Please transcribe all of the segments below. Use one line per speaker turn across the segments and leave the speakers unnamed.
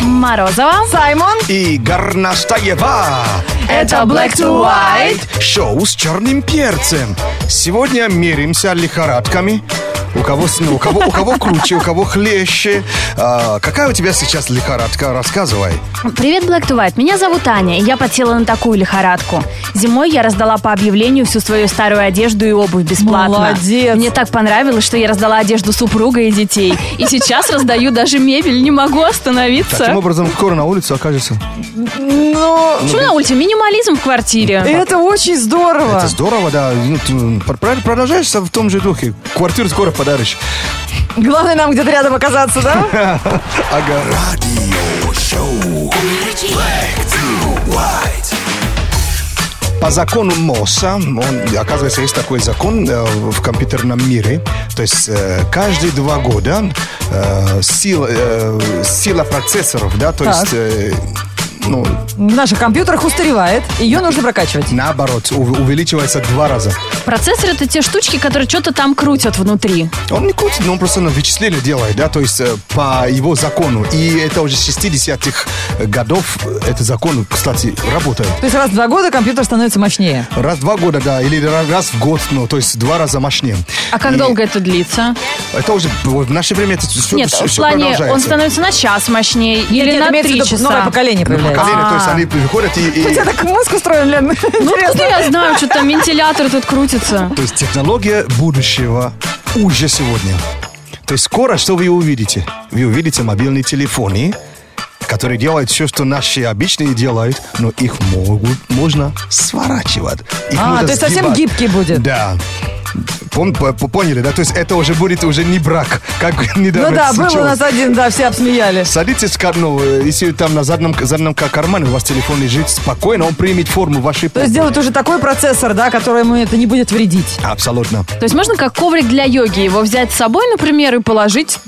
Морозова.
Саймон.
И Горнаштаева.
Это Black to White.
Шоу с черным перцем. Сегодня меримся лихорадками. У кого, с- у кого, у кого круче, у кого хлеще. А, какая у тебя сейчас лихорадка? Рассказывай.
Привет, Black to White. Меня зовут Аня, и я подсела на такую лихорадку. Зимой я раздала по объявлению всю свою старую одежду и обувь бесплатно.
Молодец.
Мне так понравилось, что я раздала одежду супруга и детей. И сейчас раздаю даже мебель, не могу
Таким
остановиться.
образом, скоро на улицу окажется.
Ну,
Что на улице? Минимализм в квартире.
это очень здорово.
Это здорово, да. Ну, ты, м, пр- пр- Продолжаешься в том же духе. Квартиру скоро подаришь.
Главное нам где-то рядом оказаться, да?
Ага. По закону МОСа, он, оказывается, есть такой закон э, в компьютерном мире, то есть э, каждые два года э, сила, э, сила процессоров, да, то
Так.
есть... э, ну,
В наших компьютерах устаревает. Ее нужно прокачивать.
наоборот, у- увеличивается в два раза.
Процессор — это те штучки, которые что-то там крутят внутри.
Он не крутит, но он просто на вычисление делает, да, то есть э, по его закону. И это уже с 60-х годов, э, этот закон, кстати, работает.
То есть раз в два года компьютер становится мощнее.
Раз в два года, да, или ра- раз в год, ну, то есть два раза мощнее.
А как
И
долго это длится?
Это уже вот в наше время это все,
Нет, в плане он становится на час мощнее или
Нет,
на
имеется в
три
виду, новое
часа.
поколение
Ну,
появляется.
Колени, то есть они приходят и... и-
У тебя так мозг устроен,
Ну,
Лен. Интересно.
Откуда я знаю, что там вентилятор тут крутится?
то есть технология будущего уже сегодня. То есть скоро что вы увидите? Вы увидите мобильные телефоны, которые делают все, что наши обычные делают, но их могут, можно сворачивать. Их
А,
можно
то есть совсем
сгибать.
гибкий будет.
Да. Пом- по- по- Поняли, да? То есть это уже будет уже не брак, как недавно
Ну да, был у
случилось.
нас один, да, все обсмеяли.
Садитесь, ка- ну, э, если там на заднем, заднем ка- кармане у вас телефон лежит спокойно, он примет форму вашей
То
попы.
есть сделают уже такой процессор, да, который ему это не будет вредить.
Абсолютно.
То есть можно как коврик для йоги его взять с собой, например, и положить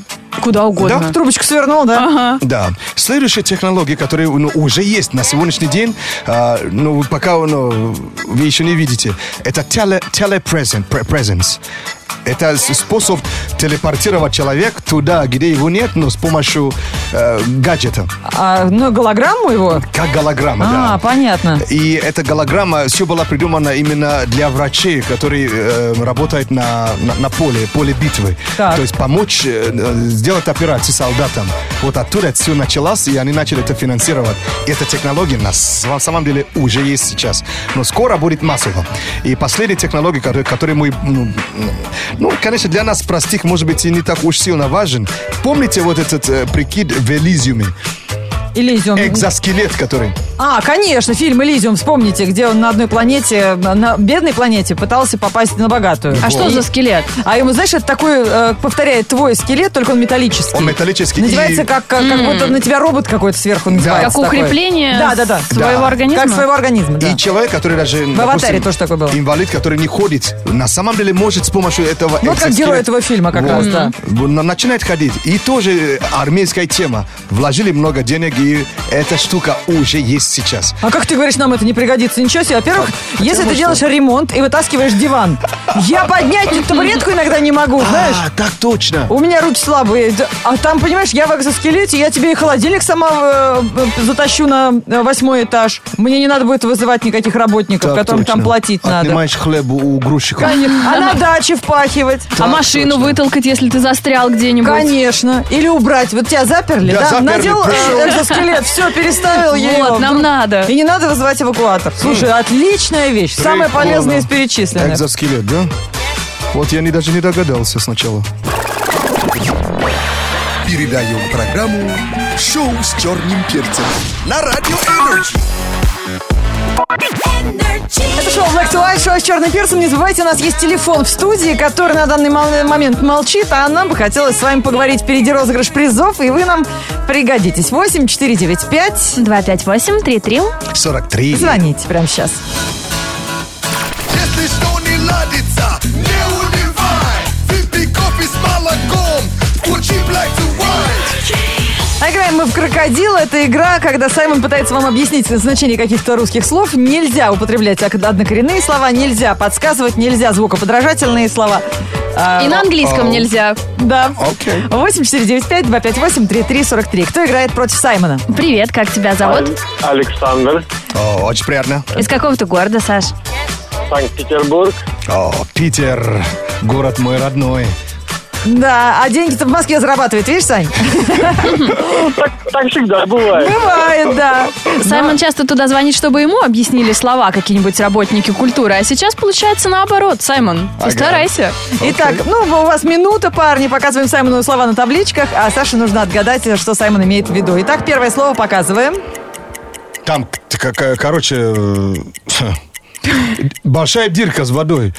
куда угодно.
Трубочку свернул, да?
Ага.
Да. Следующая технология, которая ну, уже есть на сегодняшний день, а, но вы пока ну, вы еще не видите, это теле, телепрезен- пре- presence. Это с- способ телепортировать человек туда, где его нет, но с помощью э, гаджета,
А, ну, голограмму его?
как голограмма. да.
А, понятно.
И эта голограмма все была придумана именно для врачей, которые э, работают на, на, на поле, поле битвы.
Так.
То есть помочь э, э, сделать операцию солдатам. Вот оттуда все началось, и они начали это финансировать. И эта технология на са- самом деле уже есть сейчас. Но скоро будет массово. И последняя технология, которую, которую мы... Ну, м, ну, конечно, для нас, простых, может быть, и не так уж сильно важен. Помните вот этот э, прикид в Элизиуме?
Элизиум.
Экзоскелет, который...
А, конечно, фильм «Элизиум», вспомните, где он на одной планете, на бедной планете пытался попасть на богатую.
А что за скелет?
А ему, знаешь, это такой, э, повторяет твой скелет, только он металлический.
Он металлический.
Надевается
И-
как, как, как будто на тебя робот какой-то сверху надевается.
Как укрепление
Да, да, да.
своего
Да.
организма?
Как своего организма, да.
И человек, который даже... В
«Аватаре» тоже такое было.
Инвалид, который не ходит, на самом деле может с помощью этого...
Ну, вот как герой
экзоскелета-
этого фильма как
Вот.
раз, да.
Вот, на- Начинает ходить. И тоже э, армейская тема. Вложили много денег, и эта штука уже есть сейчас.
А как ты говоришь, нам это не пригодится? Ничего себе. Во-первых, если ты
А, бы
делаешь ремонт и вытаскиваешь диван, я поднять эту табуретку иногда не могу, знаешь?
А, так точно.
У меня руки слабые. Да- А там, понимаешь, я в экзоскелете, я тебе и холодильник сама э, э, затащу на э, восьмой этаж. Мне не надо будет вызывать никаких работников,
Так
которым там
точно.
платить надо.
Отнимаешь хлеб у у грузчика.
Конечно. А на даче впахивать.
А машину
точно.
вытолкать, если ты застрял где-нибудь?
Конечно. Или убрать. Вот тебя заперли,
Да,
да?
заперли,
Надел э,
пришел.
экзоскелет, все, переставил я его.
Вот, нам надо.
И не надо вызывать эвакуатор. Слушай, отличная вещь. Самая
Прикольно.
полезная из перечисленных.
Экзоскелет, да? Вот я не, даже не догадался сначала.
Передаем программу «Шоу с черным перцем» на Радио Энерджи.
Это шоу Black to White, шоу с черным перцем. Не забывайте, у нас есть телефон в студии, который на данный мол- момент молчит, а нам бы хотелось с вами поговорить. Впереди розыгрыш призов, и вы нам пригодитесь. 8 495
258-33.
43.
Звоните прямо сейчас.
Если что не ладится, не унывай. Выпей кофе с молоком, включи Black to White.
А играем Играем мы в крокодил. Это игра, когда Саймон пытается вам объяснить значение каких-то русских слов. Нельзя употреблять од- однокоренные слова, нельзя подсказывать, нельзя звукоподражательные слова. А,
И на английском
Ау.
нельзя.
Да.
Окей.
8495-258-3343. Кто играет против Саймона?
Привет, как тебя зовут?
Александр,
О, очень приятно.
Из какого ты города, Саш?
Санкт-Петербург.
О, Питер, город мой родной.
Да, а деньги-то в Москве зарабатывает, видишь, Сань?
Ну, Так, так всегда бывает.
Бывает, да.
Саймон часто туда звонит, чтобы ему объяснили слова какие-нибудь работники культуры. А сейчас получается наоборот, Саймон. Постарайся.
Итак, ну, у вас минута, парни. Показываем Саймону слова на табличках, а Саше нужно отгадать, что Саймон имеет в виду. Итак, первое слово показываем.
Там, к- к- к- короче, э, большая дырка с водой.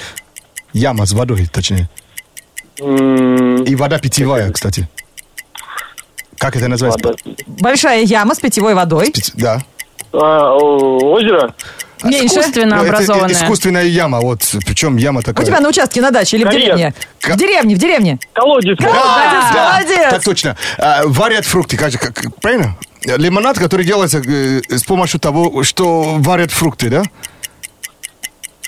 Яма с водой, точнее.
М,
И вода питьевая, кстати. Как это называется?
ладно.
Большая яма с питьевой водой.
Пить- Да.
А, о, Озеро?
Меньше.
Искусственно
Ну, это и-
образованная.
искусственная яма, вот. Причем яма
У
такая.
тебя на участке, на даче или в
Карьер.
деревне? В
Ка-
деревне, в деревне.
Колодец.
Молодец,
Да,
молодец.
Так точно. А, варят фрукты, как, как- правильно? Лимонад, который делается э, с помощью того, что варят фрукты, да?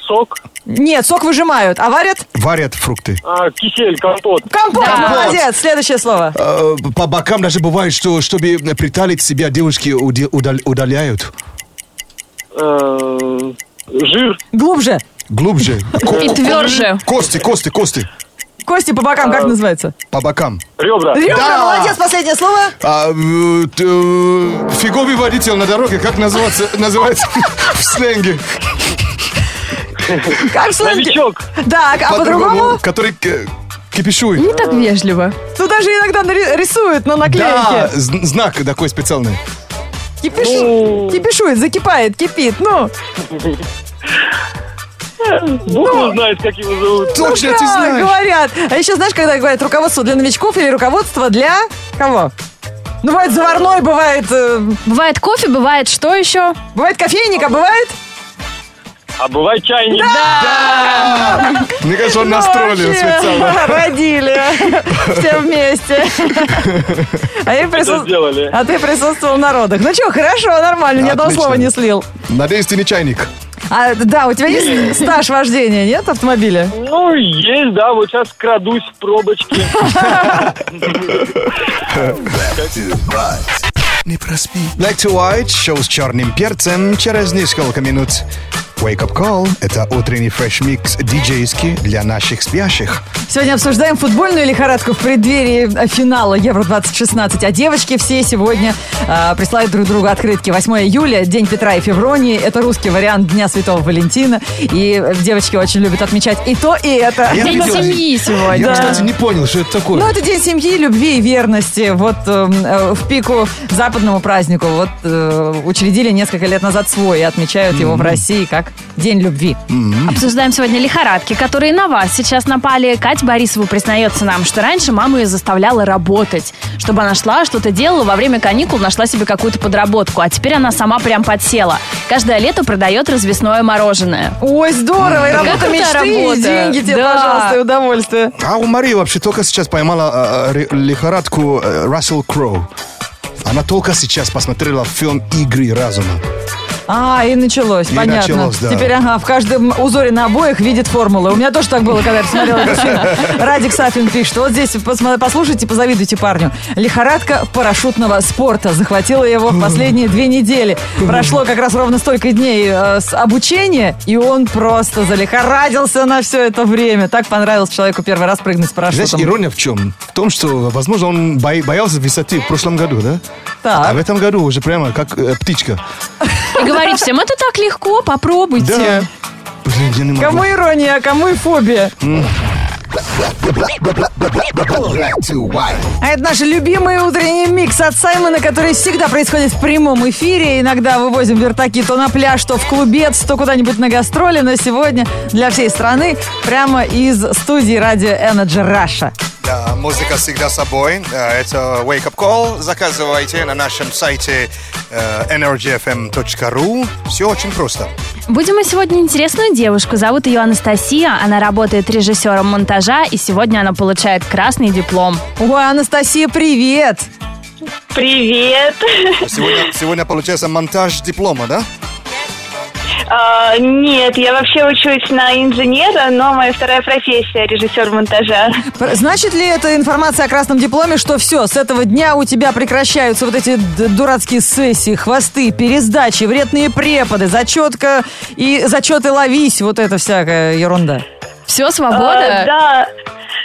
Сок?
Нет, сок выжимают, а варят
Варят фрукты.
а, Кисель, компот.
компот.
Да.
Молодец, следующее слово.
Э, По бокам даже бывает, что чтобы приталить себя, девушки уди- удал- удаляют.
Эм, Жир.
Глубже.
Глубже. Ко-
И тверже.
Кости, кости, кости.
Кости по бокам,
А.
как называется?
По бокам.
Ребра.
Ребра,
Да.
молодец, последнее слово.
А, э, т- э, фиговый водитель на дороге, как называется, называется в сленге?
Как в сленге?
Новичок.
Так, а по-другому?
Который э, кипишует.
Не так вежливо.
Ну, даже иногда нари- рисуют на
Да,
наклейке.
зн- знак такой специальный.
Кипишу-
Ну.
Кипишует, закипает, кипит. Ну,
Букву знает, как его зовут.
Точно,
да,
ты знаешь.
говорят. А еще знаешь, когда говорят руководство для новичков или руководство для кого? Ну, бывает заварной, бывает, э,
Бывает кофе, бывает что еще?
бывает кофейник, а бывает...
А бывает чайник.
Мне кажется, он
Ну, Вообще,
настроил специально.
Родили. Все вместе. А я
Что
присутствовал...
сделали?
А ты присутствовал на родах. Ну что, хорошо, нормально, ни одного
Отлично.
слова не слил.
Надеюсь, ты не чайник.
А, да, у тебя есть стаж вождения, нет, автомобиля?
Ну, есть, да, вот сейчас крадусь в пробочке.
Не проспи.
Black to White, шоу с черным перцем. Через несколько минут Wake Up Call – это утренний фреш-микс диджейский для наших спящих.
Сегодня обсуждаем футбольную лихорадку в преддверии э, финала Евро-2016. А девочки все сегодня э, присылают друг другу открытки. 8 июля, День Петра и Февронии. Это русский вариант Дня Святого Валентина. И э, девочки очень любят отмечать и то, и это.
Я
День
видел-
семьи сегодня.
Я, кстати, не понял, что это
Ну,
такое.
это день семьи, любви и верности. Вот эм, э, в пику западному празднику вот э, учредили несколько лет назад свой и отмечают его в России как День любви.
Обсуждаем сегодня лихорадки, которые на вас сейчас напали. Кать Борисова признается нам, что раньше мама ее заставляла работать, чтобы она шла, что-то делала, во время каникул нашла себе какую-то подработку, а теперь она сама прям подсела. Каждое лето продает развесное мороженое.
Ой, здорово! И работа
это
мечты, и
работа.
деньги тебе,
Да.
пожалуйста, и удовольствие.
А у Марии вообще только сейчас поймала э, ри- лихорадку э, Рассел Кроу. Она только сейчас посмотрела фильм «Игры разума».
А, и началось,
И
понятно.
началось, да.
Теперь, ага, в каждом узоре на обоих видит формулы. У меня тоже так было, когда я посмотрела этот фильм. Радик Сафин пишет, вот здесь посма- послушайте, позавидуйте парню. Лихорадка парашютного спорта захватила его в последние две недели. Прошло как раз ровно столько дней э, с обучения, и он просто залихорадился на все это время. Так понравилось человеку первый раз прыгнуть с
Знаешь,
парашютом.
ирония в чем? В том, что, возможно, он бои- боялся высоты в прошлом году, да?
Так.
А в этом году уже прямо как э, птичка.
И говорит всем, это так легко, попробуйте.
Да. Блин, я не могу.
Кому ирония, а кому и фобия.
Black to white.
А это наш любимый утренний микс от Саймона, который всегда происходит в прямом эфире. Иногда вывозим вертаки то на пляж, то в клубец, то куда-нибудь на гастроли. Но сегодня для всей страны прямо из студии радио Energy Раша.
Да, А, музыка всегда с собой. Э, Это Wake Up Call. Заказывайте на нашем сайте э, energyfm.ru. Все очень просто.
Будем мы сегодня интересную девушку. Зовут ее Анастасия. Она работает режиссером монтажа, и сегодня она получает красный диплом.
Ой, Анастасия, привет!
Привет.
Сегодня, сегодня получается монтаж диплома, да?
А, нет, я вообще учусь на инженера, но моя вторая профессия режиссер монтажа.
Пр- Значит ли эта информация о красном дипломе, что все, с этого дня у тебя прекращаются вот эти д- дурацкие сессии, хвосты, пересдачи, вредные преподы, зачетка и зачеты ловись, вот эта всякая ерунда?
Все,
А,
свобода?
да.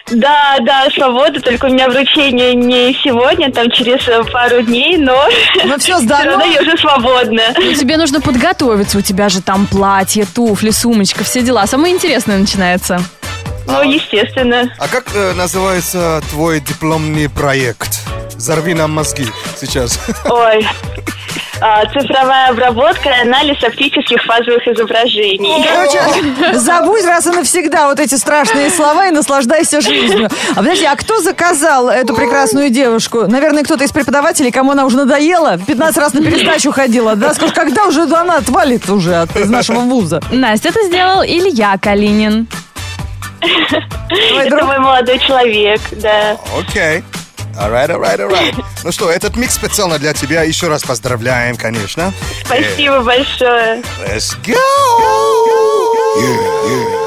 Да, да, свобода, только у меня вручение не сегодня, там через э, пару дней, но
Но все
все
Ну, сдано.
равно я уже свободна.
Ну, Тебе нужно подготовиться, у тебя же там платье, туфли, сумочка, все дела. Самое интересное начинается.
Ну, естественно.
А как э, называется твой дипломный проект? Взорви нам мозги сейчас.
Ой. А, цифровая обработка и анализ оптических фазовых изображений.
Короче, забудь раз и навсегда вот эти страшные слова и наслаждайся жизнью. А подожди, а кто заказал эту прекрасную девушку? Наверное, кто-то из преподавателей, кому она уже надоела, 15 раз на пересдачу ходила. Да, скажешь, когда уже она отвалит уже от, из нашего вуза?
Настя, это сделал Илья Калинин.
Твой
Это
друг.
мой молодой человек, да.
Окей. Alright, alright, alright. Ну что, этот микс специально для тебя. Еще раз поздравляем, конечно.
Спасибо большое.
Let's go!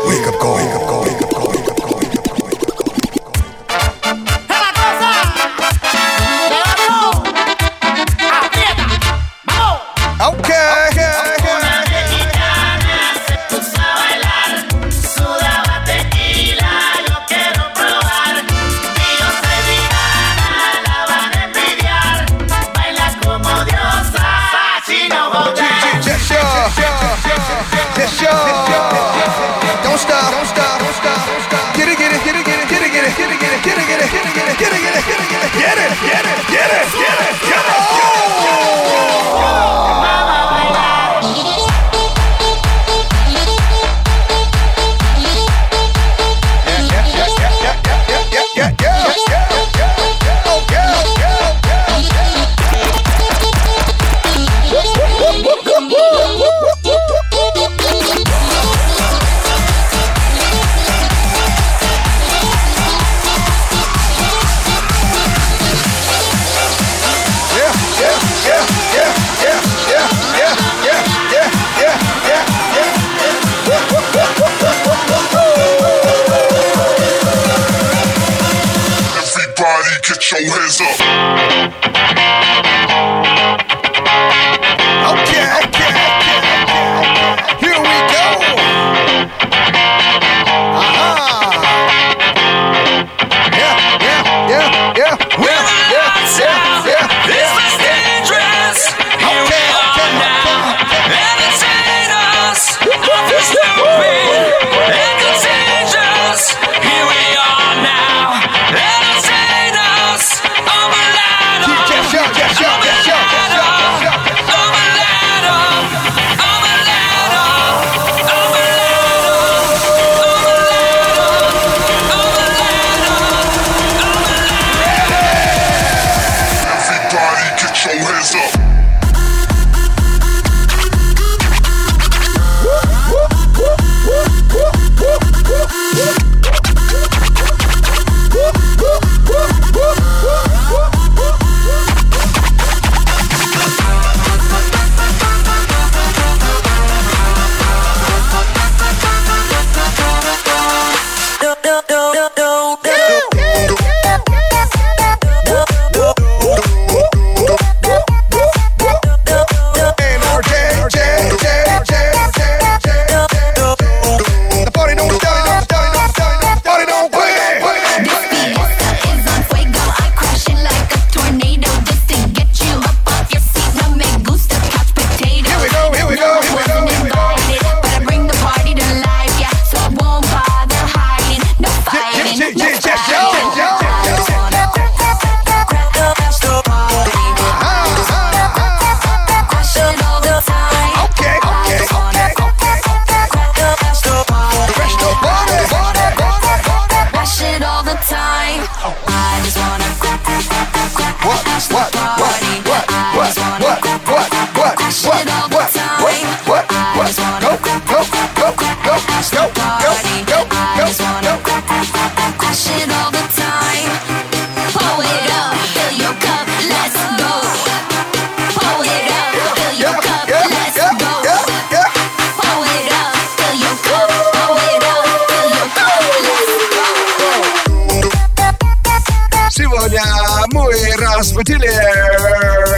Wake up call, wake up call, wake up call, wake up call, wake up call.
¡Es la cosa! ¡De la cruz! ¡Aprieta! ¡Vamos!
Окей!
Sudaba tequila, yo quiero probar. Y yo soy Rihanna, la van a envidiar. Baila como diosa, Sachino Bogdan.
Everybody get your hands up. Uh-huh. Everybody get your hands up.
All the time, I just wanna crash it all the time. Pull it up, fill your cup, let's
разбудили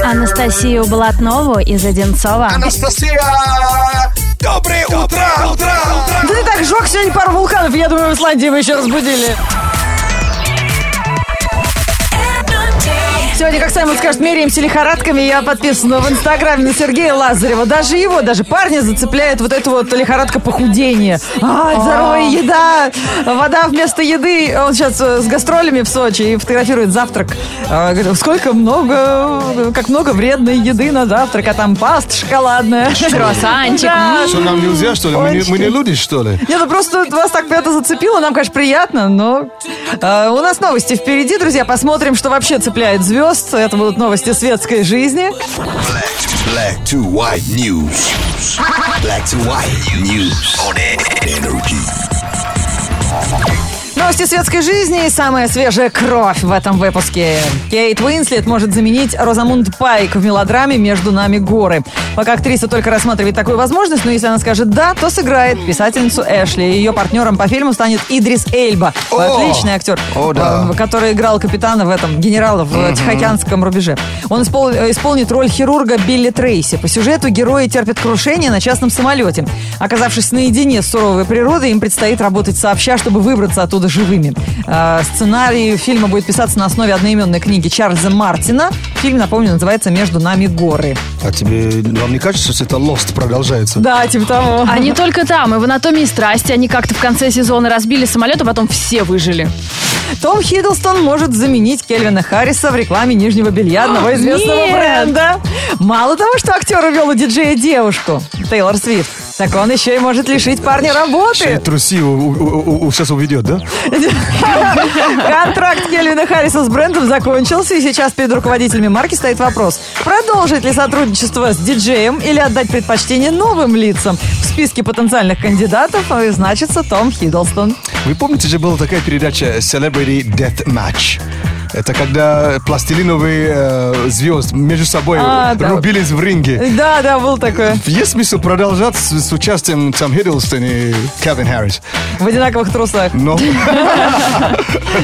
Анастасию Блатнову из Одинцова.
Анастасия. Доброе утро, утро, утро.
Да ты так жег сегодня пару вулканов, я думаю, в Исландии вы еще разбудили. Сегодня, как Саймон скажет, меряемся лихорадками. Я подписана в Инстаграме на Сергея Лазарева. Даже его, даже парня зацепляет вот эта вот лихорадка похудения. А, здоровая еда, вода вместо еды. Он сейчас э, с гастролями в Сочи и фотографирует завтрак. А, говорит, Сколько много, э, как много вредной еды на завтрак. А там паста шоколадная.
Круассанчик.
Да.
Что, нам нельзя, что ли? Мы не, мы не люди, что ли?
Не, ну просто вас так это зацепило, нам, конечно, приятно, но э, у нас новости впереди, друзья. Посмотрим, что вообще цепляет звезд. Это будут новости светской жизни.
Black, black to white news. Black to white news on energy.
Новости светской жизни и самая свежая кровь в этом выпуске. Кейт Уинслет может заменить Розамунд Пайк в мелодраме «Между нами горы». Пока актриса только рассматривает такую возможность, но если она скажет «да», то сыграет писательницу Эшли. Ее партнером по фильму станет Идрис Эльба. Отличный актер,
О, да.
э, который играл капитана в этом, генерала в э, Тихоокеанском рубеже. Он испол- э, исполнит роль хирурга Билли Трейси. По сюжету герои терпят крушение на частном самолете. Оказавшись наедине с суровой природой, им предстоит работать сообща, чтобы выбраться оттуда живыми. Э, Сценарий фильма будет писаться на основе одноименной книги Чарльза Мартина. Фильм, напомню, называется «Между нами горы».
А тебе, вам не кажется, что это лост продолжается?
Да, типа того.
Они только там, и в «Анатомии страсти» они как-то в конце сезона разбили самолет, а потом все выжили.
Том Хиддлстон может заменить Кельвина Харриса в рекламе нижнего белья одного известного
нет!
бренда. Мало того, что актер увел у диджея девушку, Тейлор Свифт, так он еще и может лишить парня
И
работы.
труси у- у- у- у- сейчас уведет, да?
Контракт Кельвина Харриса с брендом закончился, и сейчас перед руководителями марки стоит вопрос, продолжить ли сотрудничество с диджеем или отдать предпочтение новым лицам. В списке потенциальных кандидатов э, значится Том Хиддлстон.
Вы помните же была такая передача Celebrity Death Match? Это когда пластилиновые э, звезд между собой
А, да. Э.
рубились в ринге.
Да, да, был такое.
Есть смысл продолжать с, с участием Том Хиддлстон и Кевин Харрис?
В одинаковых трусах.
Но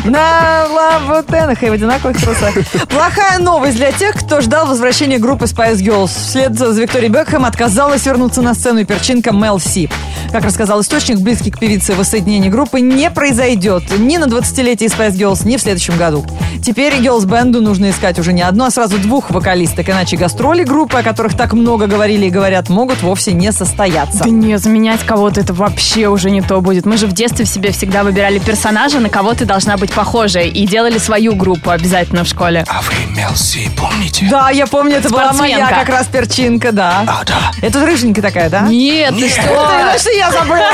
На лабутенах и в одинаковых трусах. Плохая новость для тех, кто ждал возвращения группы Spice Girls. Вслед за Викторией Бекхэм отказалась вернуться на сцену и перчинка Мел Си. Как рассказал источник, близкий к певице воссоединение группы не произойдет ни на 20-летии Spice Girls, ни в следующем году. Теперь Girls Бенду нужно искать уже не одну, а сразу двух вокалисток, иначе гастроли группы, о которых так много говорили и говорят, могут вовсе не состояться.
Да не, заменять кого-то это вообще уже не то будет. Мы же в детстве в себе всегда выбирали персонажа, на кого ты должна быть похожа. И делали свою группу обязательно в школе.
А вы Мелси помните?
Да, я помню, это была моя
Спортсменка.
как раз перчинка, да.
А, да.
Это рыженькая такая, да?
Нет, ты что?
Да, что я забыла.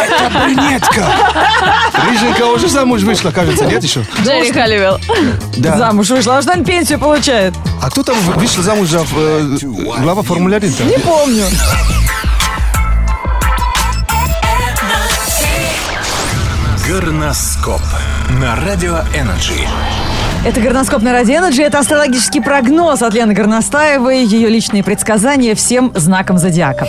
брюнетка! Рыженька уже замуж вышла, кажется, нет еще?
Джерри Халливелл.
Да.
Замуж вышла, а что она пенсию получает?
А кто там вышел замуж за э, глава Формулы 1
Не помню.
Горноскоп на Радио Энерджи.
Это «Горноскоп на Радио Энерджи», это астрологический прогноз от Лены Горностаевой, ее личные предсказания всем знаком зодиака.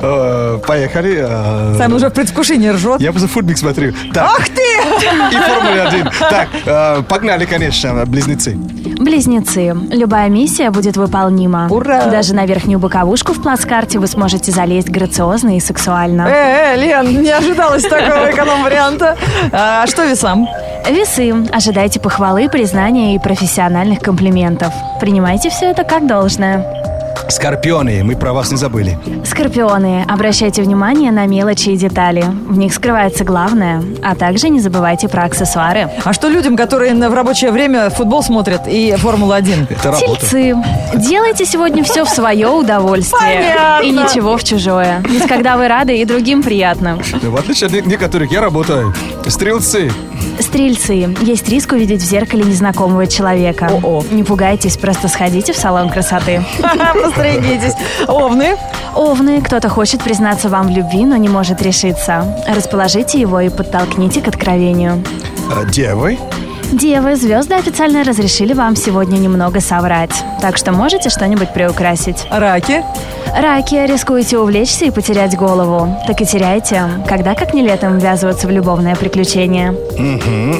Поехали. э,
Сам уже в предвкушении ржет.
Я просто футбик смотрю. Так,
Ах ты!
и Формула 1. Так, э, погнали, конечно, близнецы.
Близнецы. Любая миссия будет выполнима.
Ура!
Даже на верхнюю боковушку в плацкарте вы сможете залезть грациозно и сексуально.
Э, э, Лен, не ожидалось такого эконом-варианта. А что весам?
Весы. Ожидайте похвалы, признания и профессиональных комплиментов. Принимайте все это как должное.
Скорпионы, мы про вас не забыли.
Скорпионы. Обращайте внимание на мелочи и детали. В них скрывается главное. А также не забывайте про аксессуары.
А что людям, которые на- в рабочее время футбол смотрят и Формула-1?
Это работа.
Тельцы, делайте сегодня все в свое удовольствие
Понятно.
и ничего в чужое. Ведь когда вы рады, и другим приятно.
В отличие от не- некоторых, я работаю. Стрелцы.
Стрельцы, есть риск увидеть в зеркале незнакомого человека.
О-о.
Не пугайтесь, просто сходите в салон красоты.
Постригитесь. Овны.
Овны, кто-то хочет признаться вам в любви, но не может решиться. Расположите его и подтолкните к откровению.
э, Девы.
Девы, звезды официально разрешили вам сегодня немного соврать, так что можете что-нибудь приукрасить.
Раки.
Раки, рискуете увлечься и потерять голову. Так и теряйте. Когда, как не летом, ввязываться в любовное приключение.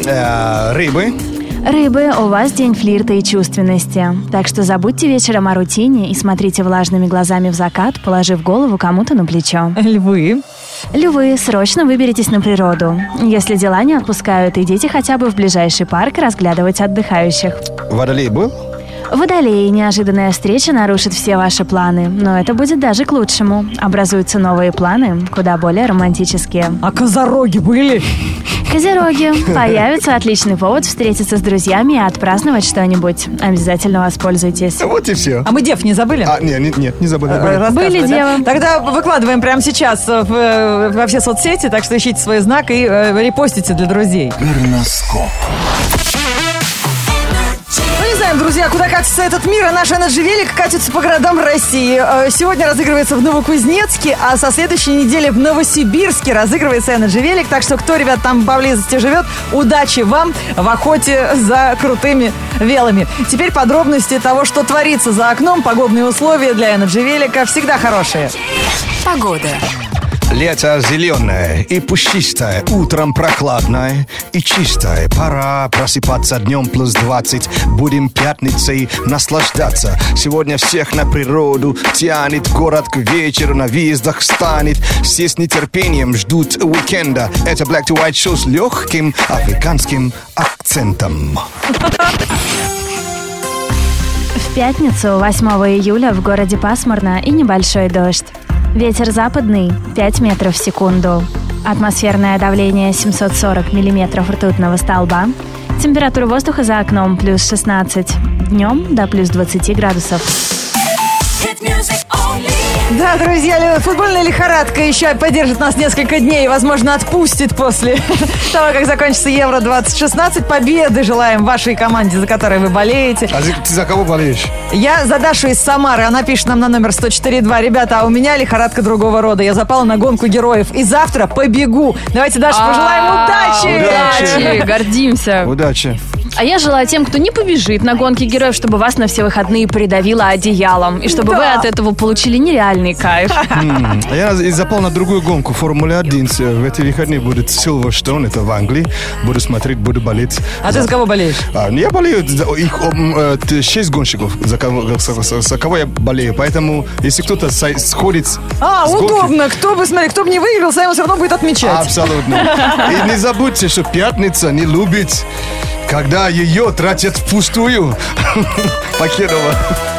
Э, Рыбы.
Рыбы, у вас день флирта и чувственности. Так что забудьте вечером о рутине и смотрите влажными глазами в закат, положив голову кому-то на плечо.
Львы.
Львы, срочно выберитесь на природу. Если дела не отпускают, идите хотя бы в ближайший парк разглядывать отдыхающих.
Водолей был?
Водолеи, неожиданная встреча нарушит все ваши планы, но это будет даже к лучшему. Образуются новые планы, куда более романтические.
А козороги были?
Козероги, появится отличный повод встретиться с друзьями и отпраздновать что-нибудь. Обязательно воспользуйтесь.
Вот и все.
А мы дев не забыли?
А, нет, нет, нет, не забыл.
Э,
забыл.
рассказывать,
Были
да?
дело.
Тогда выкладываем прямо сейчас э, в, э, во все соцсети, так что ищите свой знак и э, репостите для друзей.
Горноскоп.
Ну, не знаем, друзья, куда катится этот мир, а наш Energy Велик катится по городам России. Э, Сегодня разыгрывается в Новокузнецке, а со следующей недели в Новосибирске разыгрывается Energy Велик. Так что, кто, ребят, там поблизости живет, удачи вам в охоте за крутыми велами. Теперь подробности того, что творится за окном, погодные условия для Energy Велика всегда хорошие.
Погода.
Лето зеленое и пушистое, утром прохладное и чистое. Пора просыпаться днем плюс 20, будем пятницей наслаждаться. Сегодня всех на природу тянет, город к вечеру на въездах станет. Все с нетерпением ждут уикенда. Это Black to White Show с легким африканским акцентом.
В пятницу, 8 июля, в городе пасмурно и небольшой дождь. Ветер западный 5 метров в секунду. Атмосферное давление 740 миллиметров ртутного столба. Температура воздуха за окном плюс 16. Днем до плюс 20 градусов.
Hit music only.
Да, друзья, ли- футбольная лихорадка еще поддержит нас несколько дней и, возможно, отпустит после того, как закончится Евро-2016. Победы желаем вашей команде, за которой вы болеете.
А ты, ты за кого болеешь?
Я за Дашу из Самары. Она пишет нам на номер 104.2. Ребята, а у меня лихорадка другого рода. Я запала на гонку героев. И завтра побегу. Давайте, Даша,
А,
пожелаем удачи.
Удачи, гордимся.
Удачи.
А я желаю тем, кто не побежит на гонке героев, чтобы вас на все выходные придавило одеялом. И чтобы вы от этого получили нереальный кайф.
М, а Я и запал на другую гонку Формулы-1. В эти выходные будет Silverstone, это в Англии. Буду смотреть, буду болеть.
А ты за кого болеешь?
А, ну, я болею, за их м, э, т- шесть гонщиков, за кого, за- за- за кого я болею. Поэтому, если кто-то со- сходит с-
А,
с гонки-
удобно. Кто бы, смотри, кто бы не выиграл, Саймон все равно будет отмечать.
Абсолютно. И не забудьте, что пятница не любит, когда ее тратят впустую. Покедова.